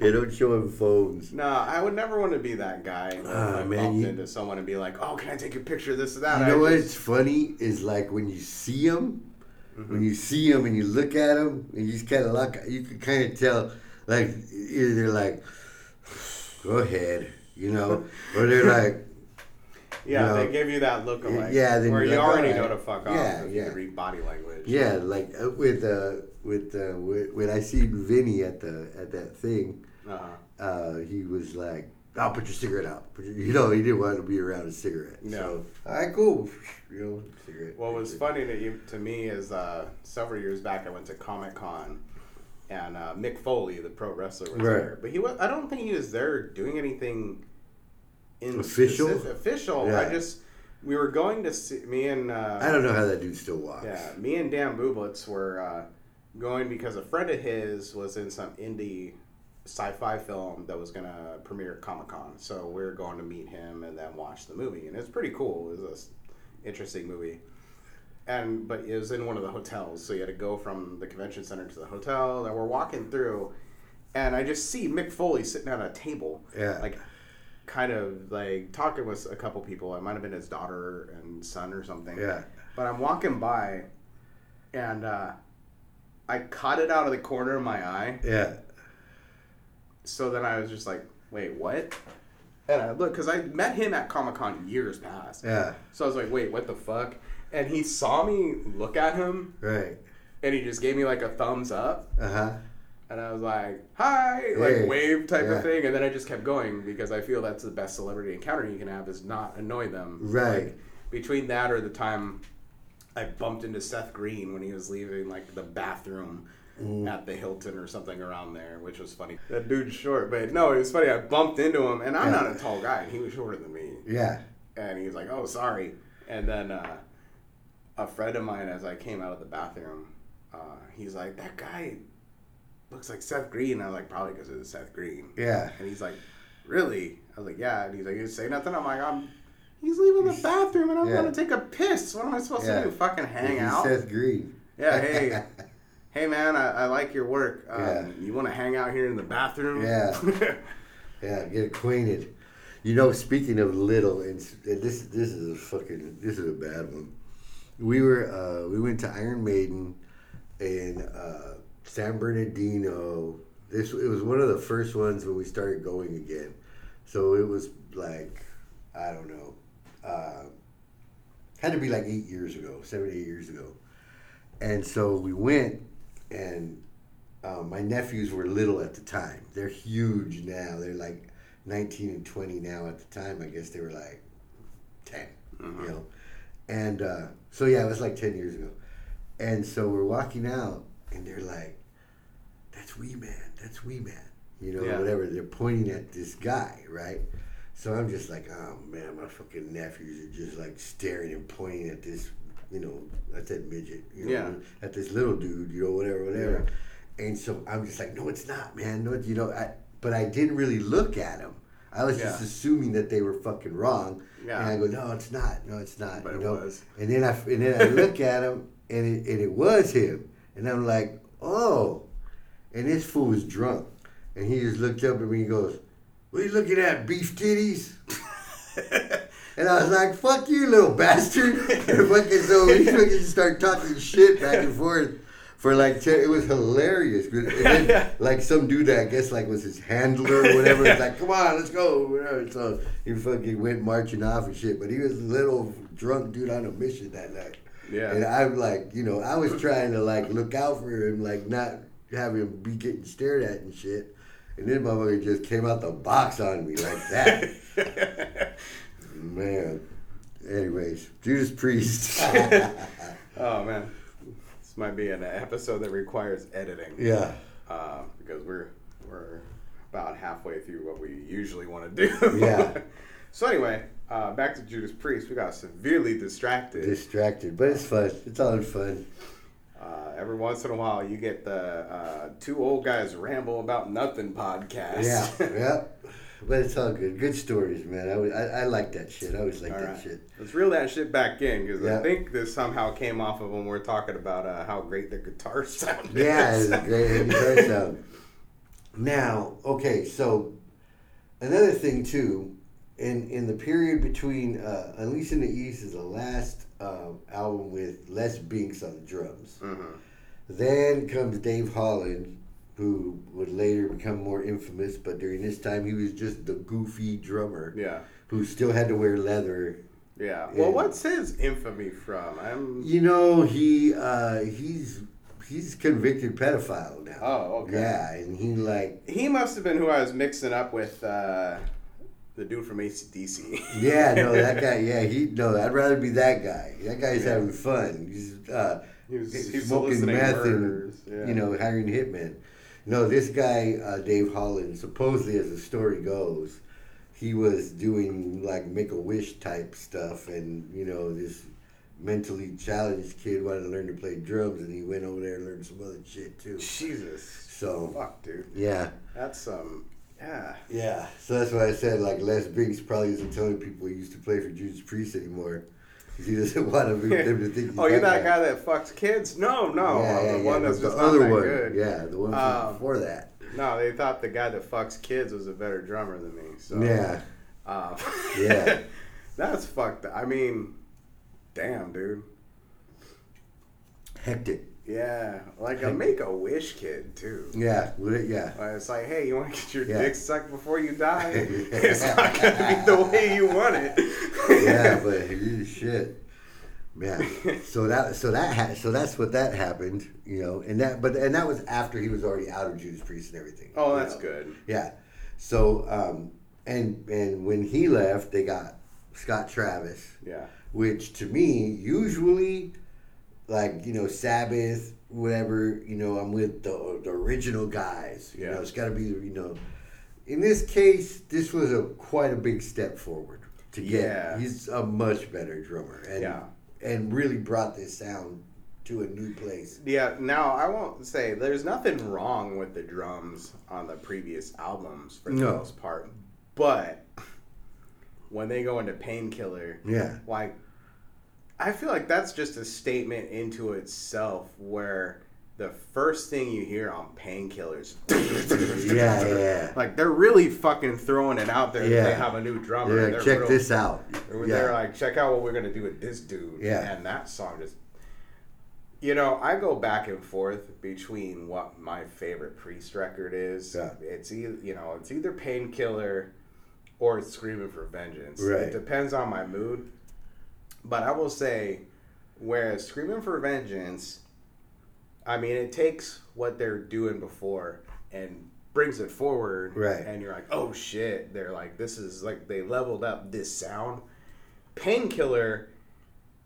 Yeah, don't show him phones.
No, I would never want to be that guy. who,
Ah,
like,
man,
bumped
you-
into someone and be like, "Oh, can I take a picture of this or that?"
You
I
know
just-
what's funny is like when you see him,
Mm-hmm.
when you see him and you look at him, and you just kind of look, you can kind of tell, like either they're like, "Go ahead," you know, or they're like,
Yeah,
you know?
they give you that look alike.
Yeah, then
where
you're
you
like,
already
alright.
know to fuck off
Yeah,
if you
yeah.
can read body language.
Yeah, like uh, with uh, with uh, wh- when I seen Vinny at the at that thing,
Uh-huh.
uh, he was like, "I'll put your cigarette out." Put your, you know, he didn't want to be around a cigarette.
No.
So, all right, cool. You know, cigarette.
What was funny to, you, to me is uh, several years back, I went to Comic Con, and uh, Mick Foley, the pro wrestler, was
Right.
there. But he was, I don't think he was there doing anything in
Official?
specific- Official.
Yeah.
I just we were going to see me and uh,
I don't know how that dude still walks.
Yeah, me and Dan Bublitz were uh, going because a friend of his was in some indie sci-fi film that was gonna premiere at Comic Con, so we were going to meet him and then watch the movie, and it's pretty cool. It was a s- interesting movie, and but it was in one of the hotels, so you had to go from the convention center to the hotel, and we're walking through, and I just see Mick Foley sitting at a table,
Yeah.
like kind of like talking with a couple people. It might have been his daughter and son or something.
Yeah.
But I'm walking by, and uh, I caught it out of the corner of my eye.
Yeah.
So then I was just like, "Wait, what?" And I look because I met him at Comic Con years past.
Yeah.
So I was like, "Wait, what the fuck?" And he saw me look at him,
Right.
and he just gave me like a thumbs up,
Uh huh.
and I was like, "Hi," like
Hey.
wave type
Yeah.
of thing. And then I just kept going because I feel that's the best celebrity encounter you can have is not annoy them.
Right.
Like, between that or the time I bumped into Seth Green when he was leaving like the bathroom at the Hilton or something around there, which was funny. That dude's short, but no, it was funny. I bumped into him, and I'm not a tall guy, and he was shorter than me,
Yeah.
and he was like, "Oh, sorry," and then uh, a friend of mine, as I came out of the bathroom, uh, he's like, "That guy looks like Seth Green." I was like, "Probably because it was Seth Green."
Yeah.
And he's like, Really? I was like, Yeah. And he's like, You didn't say nothing? I'm like, I'm, he's leaving the bathroom and I'm
Yeah.
going to take a piss. What am I supposed
Yeah.
to do? Fucking hang
He
out?
says green.
yeah, hey. Hey man, I, I like your work. Um,
Yeah.
You want to hang out here in the bathroom?
Yeah. Yeah, get acquainted. You know, speaking of little, and s- and this this is a fucking this is a bad one. We were uh, we went to Iron Maiden in uh, San Bernardino This it was one of the first ones when we started going again, so it was like I don't know, uh, had to be like eight years ago, seven eight years ago, and so we went, and uh, my nephews were little at the time. They're huge now. They're like nineteen and twenty now. At the time, I guess they were like 10 you know. And uh, so yeah, it was like ten years ago. And so we're walking out, and they're like, "That's Wee Man. That's Wee Man." You know,
Yeah.
whatever. They're pointing at this guy, right? So I'm just like, "Oh man, my fucking nephews are just like staring and pointing at this, you know, at that midget, you know,
Yeah.
at this little dude, you know, whatever, whatever." And so I'm just like, "No, it's not, man. No, it's-" you know." I, but I didn't really look at him. I was just
Yeah.
assuming that they were fucking wrong,
Yeah.
and I go, no, it's not. No, it's not.
But
you
it
know?
was.
And then I and then I look at him, and it, and it was him. And I'm like, oh. And this fool was drunk, and he just looked up at me and goes, "What are you looking at, beef titties?" and I was like, "Fuck you, little bastard!" and fucking so we fucking start talking shit back and forth. For like ten, it was hilarious. And then, like some dude that I guess like was his handler or whatever. It's like, come on, let's go. Whatever. So he fucking went marching off and shit. But he was a little drunk dude on a mission that night.
Yeah.
And I'm like, you know, I was trying to like look out for him, like not have him be getting stared at and shit. And then motherfucker just came out the box on me like that. Man. Anyways, Judas Priest.
Oh man, this might be an episode that requires editing.
yeah.
Uh, because we're we're about halfway through what we usually want to do.
Yeah.
so anyway, uh, back to Judas Priest. We got severely distracted.
Distracted, but it's fun. It's all in fun.
Uh, every once in a while, you get the uh, two old guys ramble about nothing podcast.
Yeah, yeah. But it's all good. Good stories, man. I, always- I, I like that shit. I always like
All
that
right.
shit.
Let's reel that shit back in because
Yeah.
I think this somehow came off of when we are talking about uh, how great their guitar sound
Yeah,
is.
it's a great heavy guitar sound. Now, okay, so another thing too, in in the period between uh, Unleashed in the East is the last uh, album with Les Binks on the drums.
Mhm.
Then comes Dave Holland, who would later become more infamous, but during this time he was just the goofy drummer
Yeah.
who still had to wear leather
Yeah. Well,
Yeah.
what's his infamy from? I'm.
You know, he uh, he's he's convicted pedophile now.
Oh, okay.
Yeah, and he like
He must have been who I was mixing up with uh, the dude from ACDC.
yeah, no, that guy, yeah, he no, I'd rather be that guy. That guy's having fun. He's uh,
He was-
he's
he's
smoking
soliciting
meth and
murders, yeah.
you know hiring hitmen. No, this guy uh, Dave Holland, supposedly as the story goes, he was doing like make a wish type stuff, and you know this mentally challenged kid wanted to learn to play drums, and he went over there and learned some other shit too.
Jesus.
So
Fuck, dude.
Yeah.
That's um. Yeah.
Yeah. So that's why I said like Les Binks probably isn't telling people he used to play for Judas Priest anymore. 'Cause He doesn't want them to think. he's
Oh, you're that guy that fucks kids? No, no.
Yeah, yeah,
the
yeah,
one that's
but the
just
other
not that
one.
good.
Yeah, the one from
Um,
before that.
No, they thought the guy that fucks kids was a better drummer than me. So
Yeah.
uh,
Yeah.
that's fucked. up. I mean, damn, dude.
Hectic.
Yeah, like a make a wish kid too.
Yeah. Would it? Yeah.
Uh, It's like, hey, you want to get your
Yeah.
dick sucked before you die? it's not gonna be the way you want it.
yeah, but he- shit, man. So that so that ha- so that's what that happened, you know, and that but and that was after he was already out of Judas Priest and everything.
Oh,
you
that's
know?
good.
Yeah. So um, and and when he left, they got Scott Travis,
Yeah.
which to me usually, like you know Sabbath, whatever you know, I'm with the the original guys. You
Yeah.
know, it's got to be you know. In this case, this was a quite a big step forward to get.
Yeah.
He's a much better drummer, and
Yeah.
and really brought this sound to a new place.
Yeah, now I won't say there's nothing wrong with the drums on the previous albums for the
No.
most part, but when they go into Painkiller,
Yeah.
like I feel like that's just a statement into itself where the first thing you hear on Painkillers,
Yeah, yeah.
like they're really fucking throwing it out there. that
Yeah.
They have a new drummer. and
Yeah,
they're
check
real-
this out.
They're uh,
Yeah.
like, check out what we're gonna do with this dude.
Yeah.
and that song just You know, I go back and forth between what my favorite Priest record is.
Yeah.
It's either you know, it's either Painkiller or it's Screaming for Vengeance.
Right.
It depends on my mood. But I will say, whereas Screaming for Vengeance, I mean, it takes what they're doing before and brings it forward.
Right.
And you're like, oh shit! They're like, this is like they leveled up this sound. Painkiller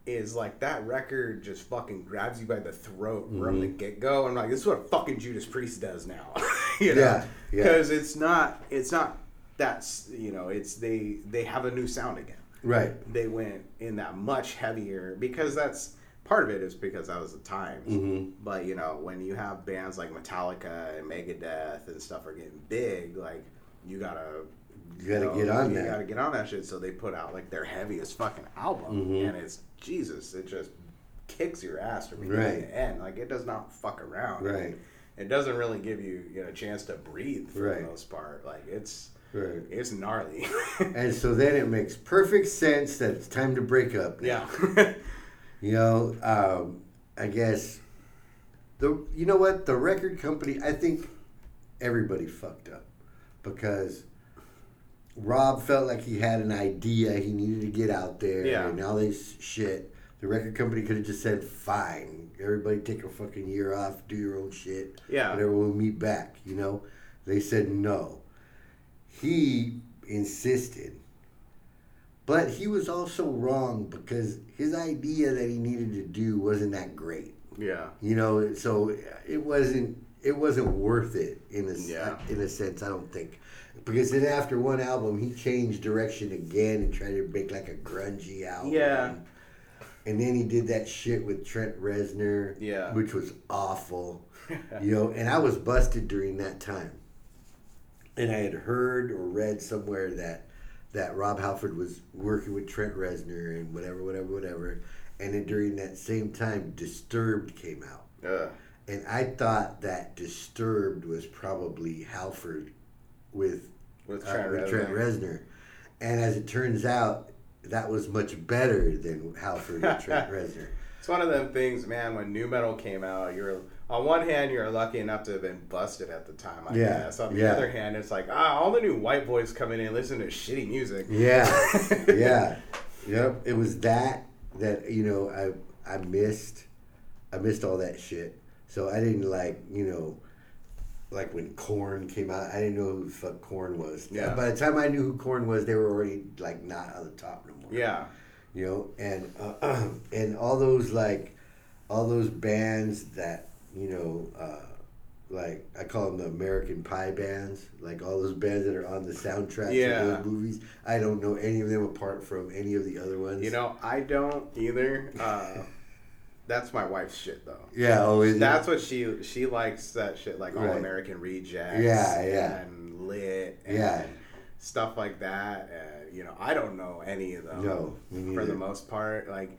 is like that record just fucking grabs you by the throat from
Mm-hmm.
the get go. I'm like, this is what fucking Judas Priest does now. you know?
Yeah, yeah.
Because it's not it's not that's you know, it's they they have a new sound again.
Right.
They went in that much heavier because that's part of it is because that was the time.
Mm-hmm.
But you know, when you have bands like Metallica and Megadeth and stuff are getting big, like you gotta
You gotta
know,
get on
Oh, you
that.
gotta get on that shit. So they put out like their heaviest fucking album,
Mm-hmm.
and it's Jesus, it just kicks your ass from beginning
Right.
to end. Like it does not fuck around.
Right.
It doesn't really give you, you know, a chance to breathe for
Right.
the most part. Like it's
Right.
it's gnarly.
And so then it makes perfect sense that it's time to break up. now.
yeah.
You know, um, I guess the you know what the record company. I think everybody fucked up because Rob felt like he had an idea he needed to get out there.
Yeah.
And all this shit. The record company could have just said, "Fine, everybody take a fucking year off, do your own shit.
Yeah.
whatever. We'll meet back." You know, they said no. He insisted. But he was also wrong because his idea that he needed to do wasn't that great.
yeah.
You know, so it wasn't it wasn't worth it in a s-
Yeah.
in a sense. I don't think because then after one album he changed direction again and tried to make like a grungy album.
Yeah.
And then he did that shit with Trent Reznor,
Yeah.
which was awful, you know. And I was busted during that time, and I had heard or read somewhere that that Rob Halford was working with Trent Reznor and whatever, whatever, whatever. And then during that same time, Disturbed came out,
Ugh.
and I thought that Disturbed was probably Halford with
With
uh,
Trent
with
Reznor.
Trent Reznor. And as it turns out, that was much better than Halford and Trent Reznor.
It's one of them things, man. When new metal came out, you're on one hand you're lucky enough to have been busted at the time. I
Yeah,
guess. On the
yeah.
other hand, it's like ah, all the new white boys coming in, listen to shitty music.
Yeah, yeah, yep. It was that that you know I I missed, I missed all that shit. So I didn't like you know, like when Corn came out, I didn't know who the fuck Corn was.
Yeah.
By the time I knew who Corn was, they were already like not on the top no more.
Yeah.
you know, and uh, and all those like all those bands that you know, uh, like I call them the American Pie bands, like all those bands that are on the soundtracks
Yeah.
of those movies. I don't know any of them apart from any of the other ones.
You know, I don't either. Uh, that's my wife's shit though.
yeah, oh, is it?
That's what she she likes that shit like All
Right.
American Rejects.
Yeah, yeah.
And lit. And
Yeah.
Stuff like that. And, you know, I don't know any of them.
No, me
um, for
neither.
the most part. Like,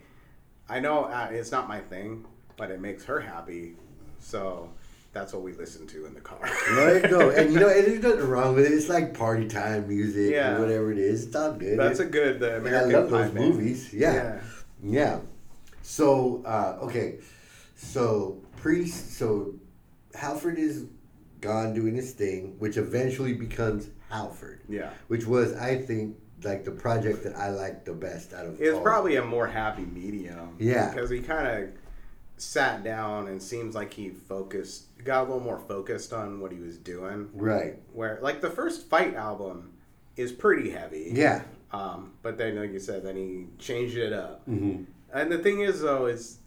I know uh, it's not my thing, but it makes her happy. So that's what we listen to in the car.
There you go, and you know, and there's nothing wrong with it. It's like party time music
Yeah.
or whatever it is. It's all good.
That's
It-
a good the
And I
American
love
Pie
those
band.
movies. Yeah. yeah.
Yeah.
So, uh, okay. So, Priest, so Halford is gone doing his thing, which eventually becomes Halford,
Yeah.
which was, I think, like the project that I liked the best out of
It's
all.
probably a more happy medium.
Oh. Yeah.
Because he kind of sat down and seems like he focused, got a little more focused on what he was doing.
Right.
Where, like, the first fight album is pretty heavy.
Yeah.
Um, but then, like you said, then he changed it up.
Mm-hmm.
And the thing is, though, is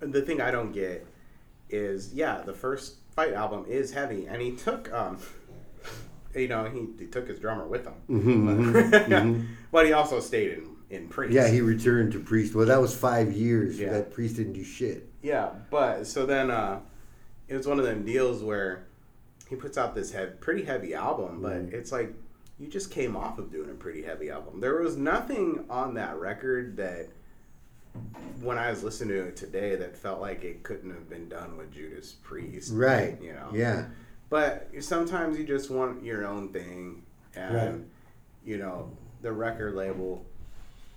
the thing I don't get is, yeah, the first fight album is heavy, and he took, um, you know, he, he took his drummer with him, but, but he also stayed in in Priest.
Mm-hmm, Yeah, he returned to Priest. Well, that was five years
Yeah.
that Priest didn't do shit.
Yeah, but so then uh, it was one of them deals where he puts out this head, pretty heavy album, but it's like you just came off of doing a pretty heavy album. There was nothing on that record that when I was listening to it today that felt like it couldn't have been done with Judas Priest.
Right.
You know.
Yeah.
But sometimes you just want your own thing, and
Right.
you know the record label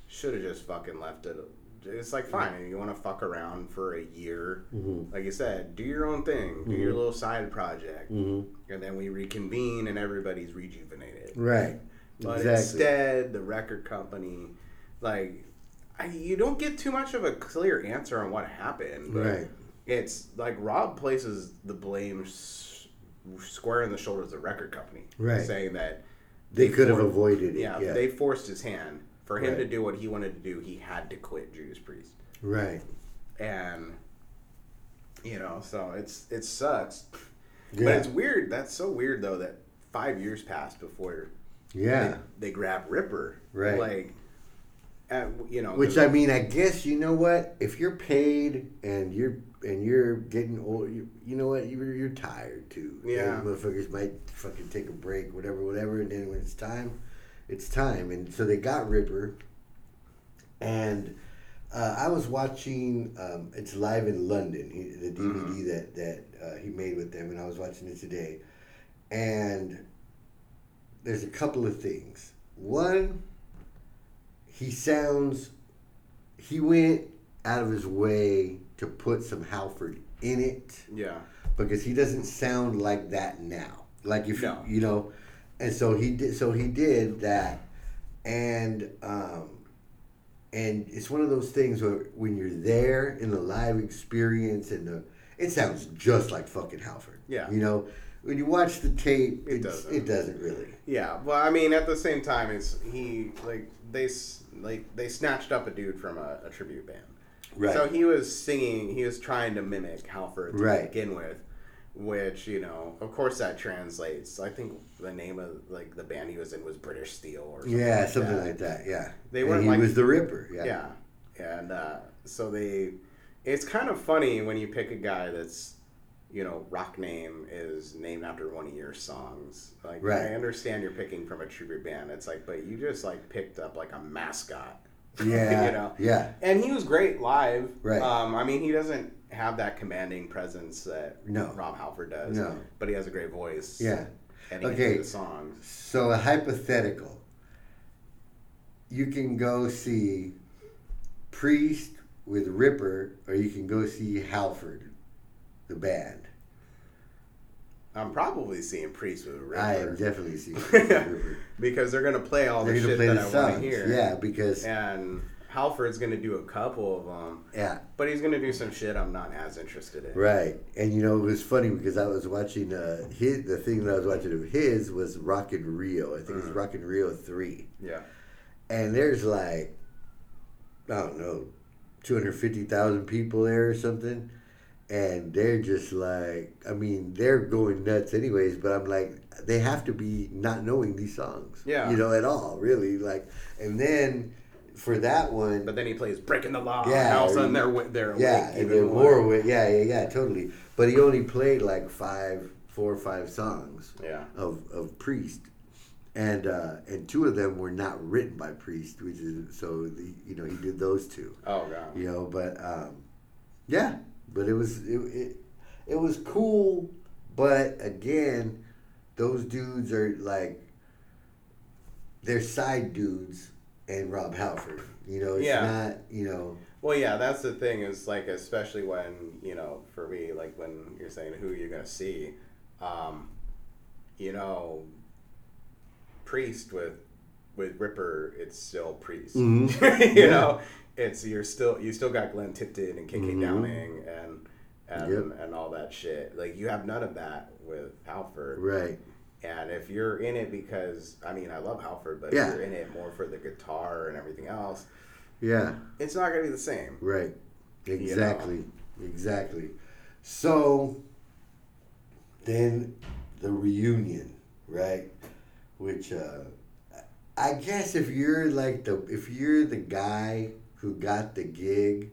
should have just fucking left it It's like
Mm-hmm.
fine, you want to fuck around for a year, like you said, do your own thing, do
Mm-hmm.
your little side project, and then we reconvene and everybody's rejuvenated.
Right.
But
Mm, exactly.
instead, the record company, like, I, you don't get too much of a clear answer on what happened. But
Right.
It's like Rob places the blame s- square in the shoulders of the record company,
Right.
Saying that
They could have
for-
avoided it.
yeah,
Yeah.
they forced his hand for him to
Right.
do what he wanted to do. He had to quit Judas Priest,
right.
and you know, so it's it sucks.
Yeah.
But it's weird. That's so weird though that five years passed before
yeah.
they grab Ripper.
Right.
Like, at, you know,
Which
the-
I mean, I guess you know what? If you're paid and you're and you're getting old, you, you know what? You're, you're tired too.
Yeah.
And motherfuckers might fucking take a break, whatever, whatever. And then when it's time, it's time. And so they got Ripper, and uh, I was watching. Um, it's live in London. He, the DVD that that uh, he made with them, and I was watching it today. And there's a couple of things. One, he sounds. He went out of his way to put some Halford in it
yeah,
because he doesn't sound like that now. Like if
No.
you know, and so he did. So he did that, and um, and it's one of those things where when you're there in the live experience and the it sounds just like fucking Halford.
Yeah.
you know, when you watch the tape,
It
it doesn't.
doesn't.
It doesn't really.
yeah. Well, I mean, at the same time, it's he like they s- like they snatched up a dude from a, a tribute band.
Right.
So he was singing. He was trying to mimic Halford to
Right.
begin with, which you know, of course, that translates. I think the name of like the band he was in was British Steel or something
Yeah,
like
something
that.
like that. Yeah,
They
And
weren't
he
like-
was the Ripper. Yeah,
Yeah, and uh, so they. It's kind of funny when you pick a guy that's, you know, rock name is named after one of your songs. Like
Right.
I understand you're picking from a tribute band. It's like, but you just like picked up like a mascot.
yeah,
you know.
yeah.
And he was great live.
Right.
Um, I mean, he doesn't have that commanding presence that
No.
Rob Halford does.
No.
But he has a great voice.
Yeah.
And he can
Okay.
do the songs.
So a hypothetical. You can go see Priest with Ripper, or you can go see Halford, the band.
I'm probably seeing Priest with a
I am
rapper
definitely seeing Priest with Ripper.
because they're gonna play all
They're
the
gonna
shit
play
that
the
I want to
songs,
hear.
yeah, because yeah.
and Halford's gonna do a couple of them, but he's gonna do some shit I'm not as interested in.
right. And you know it was funny because I was watching uh, his the thing that I was watching of his was Rock and Rio. I think
Mm.
it's Rock and Rio three.
Yeah,
and there's like I don't know, two hundred fifty thousand people there or something, and they're just like I mean they're going nuts anyways. But I'm like they have to be not knowing these songs,
Yeah.
you know at all really like. And then for that one,
but then he plays "Breaking the Law,"
Yeah,
and all of a sudden
or-
they're wi- they're
yeah,
awake
and
even
then
more.
more with yeah yeah yeah totally. But he only played like five, four or five songs
Yeah,
of, of Priest, and uh, and two of them were not written by Priest, which is so the, you know he did those two,
oh god,
you know. But um, yeah, but it was it, it it was cool, but again, those dudes are like they're side dudes and Rob Halford, you know. It's
Yeah.
not you know
Well, yeah, that's the thing is like especially when you know for me like when you're saying who you're gonna see, um, you know, Priest with with Ripper, it's still Priest. you
Mm-hmm. Yeah.
know, it's you're still you still got Glenn Tipton and
Mm-hmm.
KK Downing and and and all that shit. Like you have none of that with Halford.
right.
And if you're in it because I mean I love Halford, but
Yeah.
if you're in it more for the guitar and everything else,
Yeah.
it's not gonna be the same.
Right.
know.
Exactly. Exactly. So then the reunion, right? Which uh I guess if you're like the if you're the guy who got the gig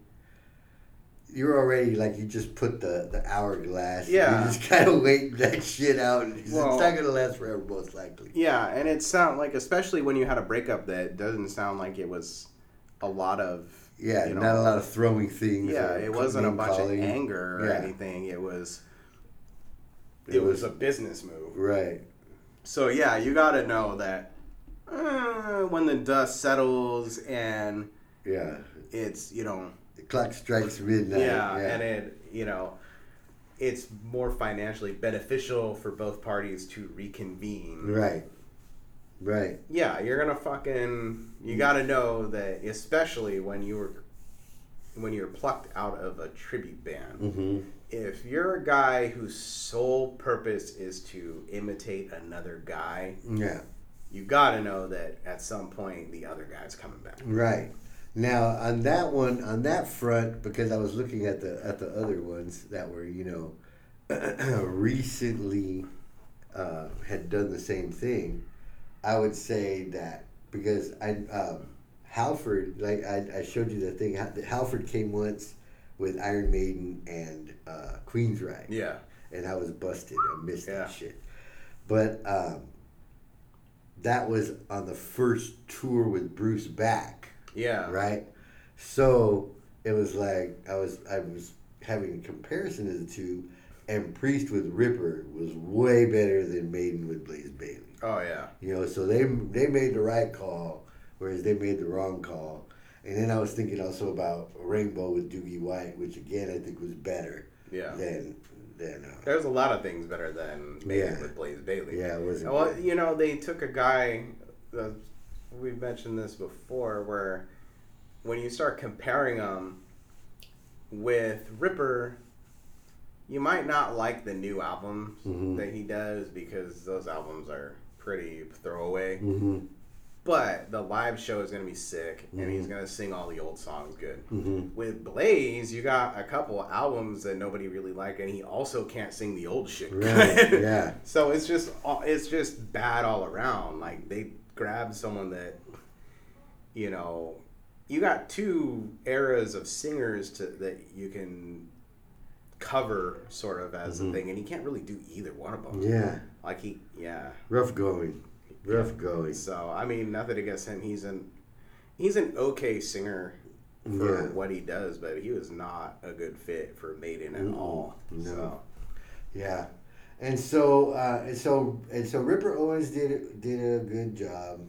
you're already like you just put the, the hourglass.
Yeah.
You just gotta wait that shit out. It's
Well-
not gonna last forever, most likely.
Yeah, and it sound like especially when you had a breakup that doesn't sound like it was a lot of
Yeah,
you know,
not a lot of throwing things.
yeah,
or
it wasn't a
name
bunch
calling.
of anger or
Yeah.
anything. It was
It
it, was,
was-
a business move.
Right.
So yeah, you got to know that uh, when the dust settles and
Yeah.
it's you know
The clock strikes midnight.
yeah, and it you know it's more financially beneficial for both parties to reconvene.
right, right.
Yeah, you're gonna fucking you gotta know that especially when you were when you're plucked out of a tribute band.
Mm-hmm.
If you're a guy whose sole purpose is to imitate another guy,
Yeah,
you gotta know that at some point the other guy's coming back.
right. Now on that one, on that front, because I was looking at the at the other ones that were you know recently uh, had done the same thing, I would say that because I um, Halford, like I, I showed you that thing. Hal- Halford came once with Iron Maiden and uh, Queensryche.
Yeah.
and I was busted. I missed
Yeah.
that shit. But um, that was on the first tour with Bruce back,
Yeah.
right? So it was like I was I was having a comparison of the two, and Priest with Ripper was way better than Maiden with Blaze Bailey.
Oh yeah.
You know, so they they made the right call, whereas they made the wrong call. And then I was thinking also about Rainbow with Doogie White, which again I think was better
Yeah.
than than uh,
There's a lot of things better than maybe
Yeah.
with Blaze Bailey.
Yeah, it wasn't.
Well,
good.
you know, they took a guy. Uh, we've mentioned this before, where when you start comparing them with Ripper, you might not like the new albums
Mhm.
that he does because those albums are pretty throwaway.
Mhm,
But the live show is going to be sick, and he's going to sing all the old songs good.
Mm-hmm.
With Blaze, you got a couple albums that nobody really liked, and he also can't sing the old shit.
Right.
good.
yeah.
So it's just it's just bad all around. Like they grabbed someone that, you know, you got two eras of singers to that you can cover sort of as a thing, and he can't really do either one of them.
Mm-hmm. Yeah.
Like he, yeah.
Rough going. Rough going.
So I mean, nothing against him. He's an he's an okay singer for
Yeah.
what he does, but he was not a good fit for Maiden at
Mm-mm.
all.
No.
So
Yeah. And so uh, and so and so Ripper Owens did did a good job.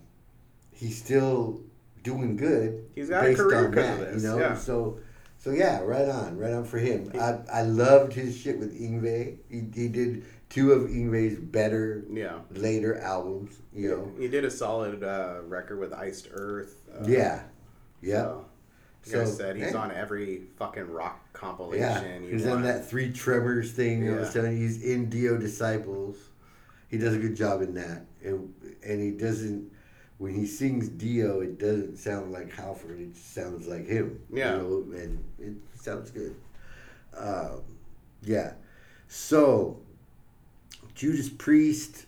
He's still doing good.
He's got a
based
career
on
'cause of
that,
this,
You know?
yeah.
So so yeah, right on, right on for him. I, I loved his shit with Ingve. He, he did two of Ingve's better
yeah.
later albums, you know.
He did a solid uh, record with Iced Earth. Uh,
Yeah. Yeah.
So, like I
So,
said, he's on
man.
every fucking rock compilation.
Yeah,
you
he's
want.
on that Three Tremors thing. I was
Yeah.
telling you, he's in Dio Disciples. He does a good job in that, and and he doesn't. When he sings Dio, it doesn't sound like Halford. It just sounds like him.
Yeah.
you know, and it sounds good. Um, yeah, so Judas Priest,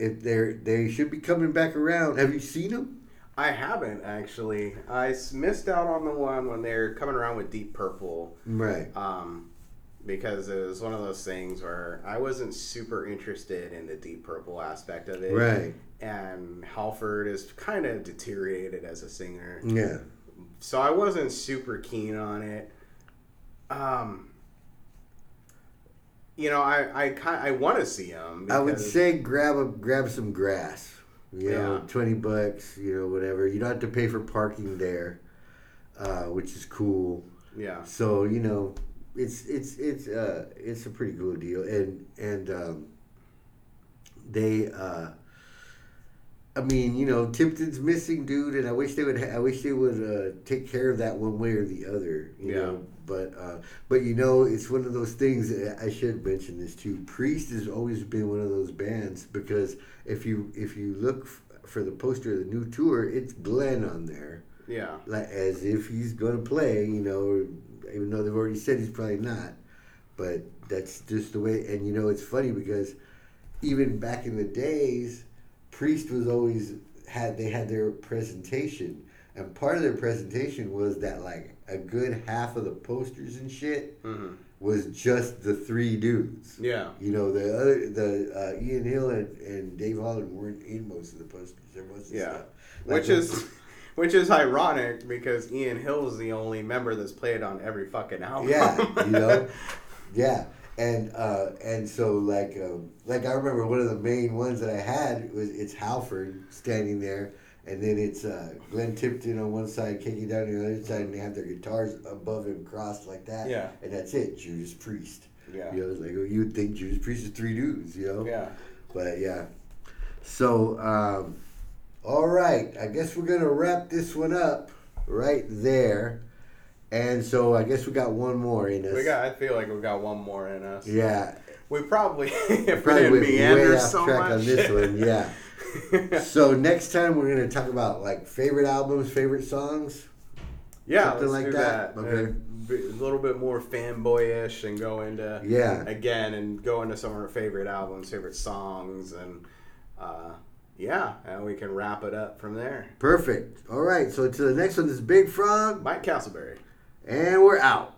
if they're they should be coming back around. Have you seen them?
I haven't actually. I s- missed out on the one when they're coming around with Deep Purple.
Right.
um, because it was one of those things where I wasn't super interested in the Deep Purple aspect of it.
Right.
And Halford is kind of deteriorated as a singer,
Yeah.
so I wasn't super keen on it. Um, you know, I I kind I want to see him.
I would
because-
say grab a grab some grass. You know,
Yeah.
twenty bucks. You know, whatever. You don't have to pay for parking there, uh, which is cool.
yeah,
So you know, it's it's it's uh, it's a pretty cool deal, and and um, they. Uh, I mean, you know, Tipton's missing, dude, and I wish they would. Ha- I wish they would uh, take care of that one way or the other. You
Yeah.
know, but uh, but you know, it's one of those things. that I should mention this too. Priest has always been one of those bands because if you if you look f- for the poster of the new tour, it's Glenn on there
yeah,
like as if he's gonna play, you know, even though they've already said he's probably not. But that's just the way. And you know, it's funny because even back in the days, Priest was always had they had their presentation, and part of their presentation was that like a good half of the posters and shit
hmm
was just the three dudes.
yeah,
You know, the other the uh, Ian Hill and, and Dave Holland weren't in most of the posters. There was
Yeah.
stuff. Like
which
the-
is. Which is ironic because Ian Hill is the only member that's played on every fucking album.
Yeah, you know, yeah, and uh, and so like um, like I remember one of the main ones that I had was it's Halford standing there, and then it's uh, Glenn Tipton on one side, Kiki down on the other side, and they have their guitars above him crossed like that.
Yeah.
And that's it, Judas Priest.
Yeah.
You know, it's like oh, you'd think Judas Priest is three dudes, you know?
Yeah.
But yeah. So, um, all right. I guess we're going to wrap this one up right there. And so I guess we got one more in us.
We got. I feel like we got one more in us.
Yeah.
We probably if we
Probably
didn't
went way
meander
off
so
track
much.
on this one. Yeah. so next time we're going to talk about like favorite albums, favorite songs.
yeah,
something
let's
like
do
that.
that.
Okay.
Uh, be- A little bit more fanboyish and go into
Yeah.
again and go into some of our favorite albums, favorite songs, and uh, yeah, and we can wrap it up from there.
Perfect. All right. So to the next one, this is Big Frog,
Mike Castleberry.
and we're out.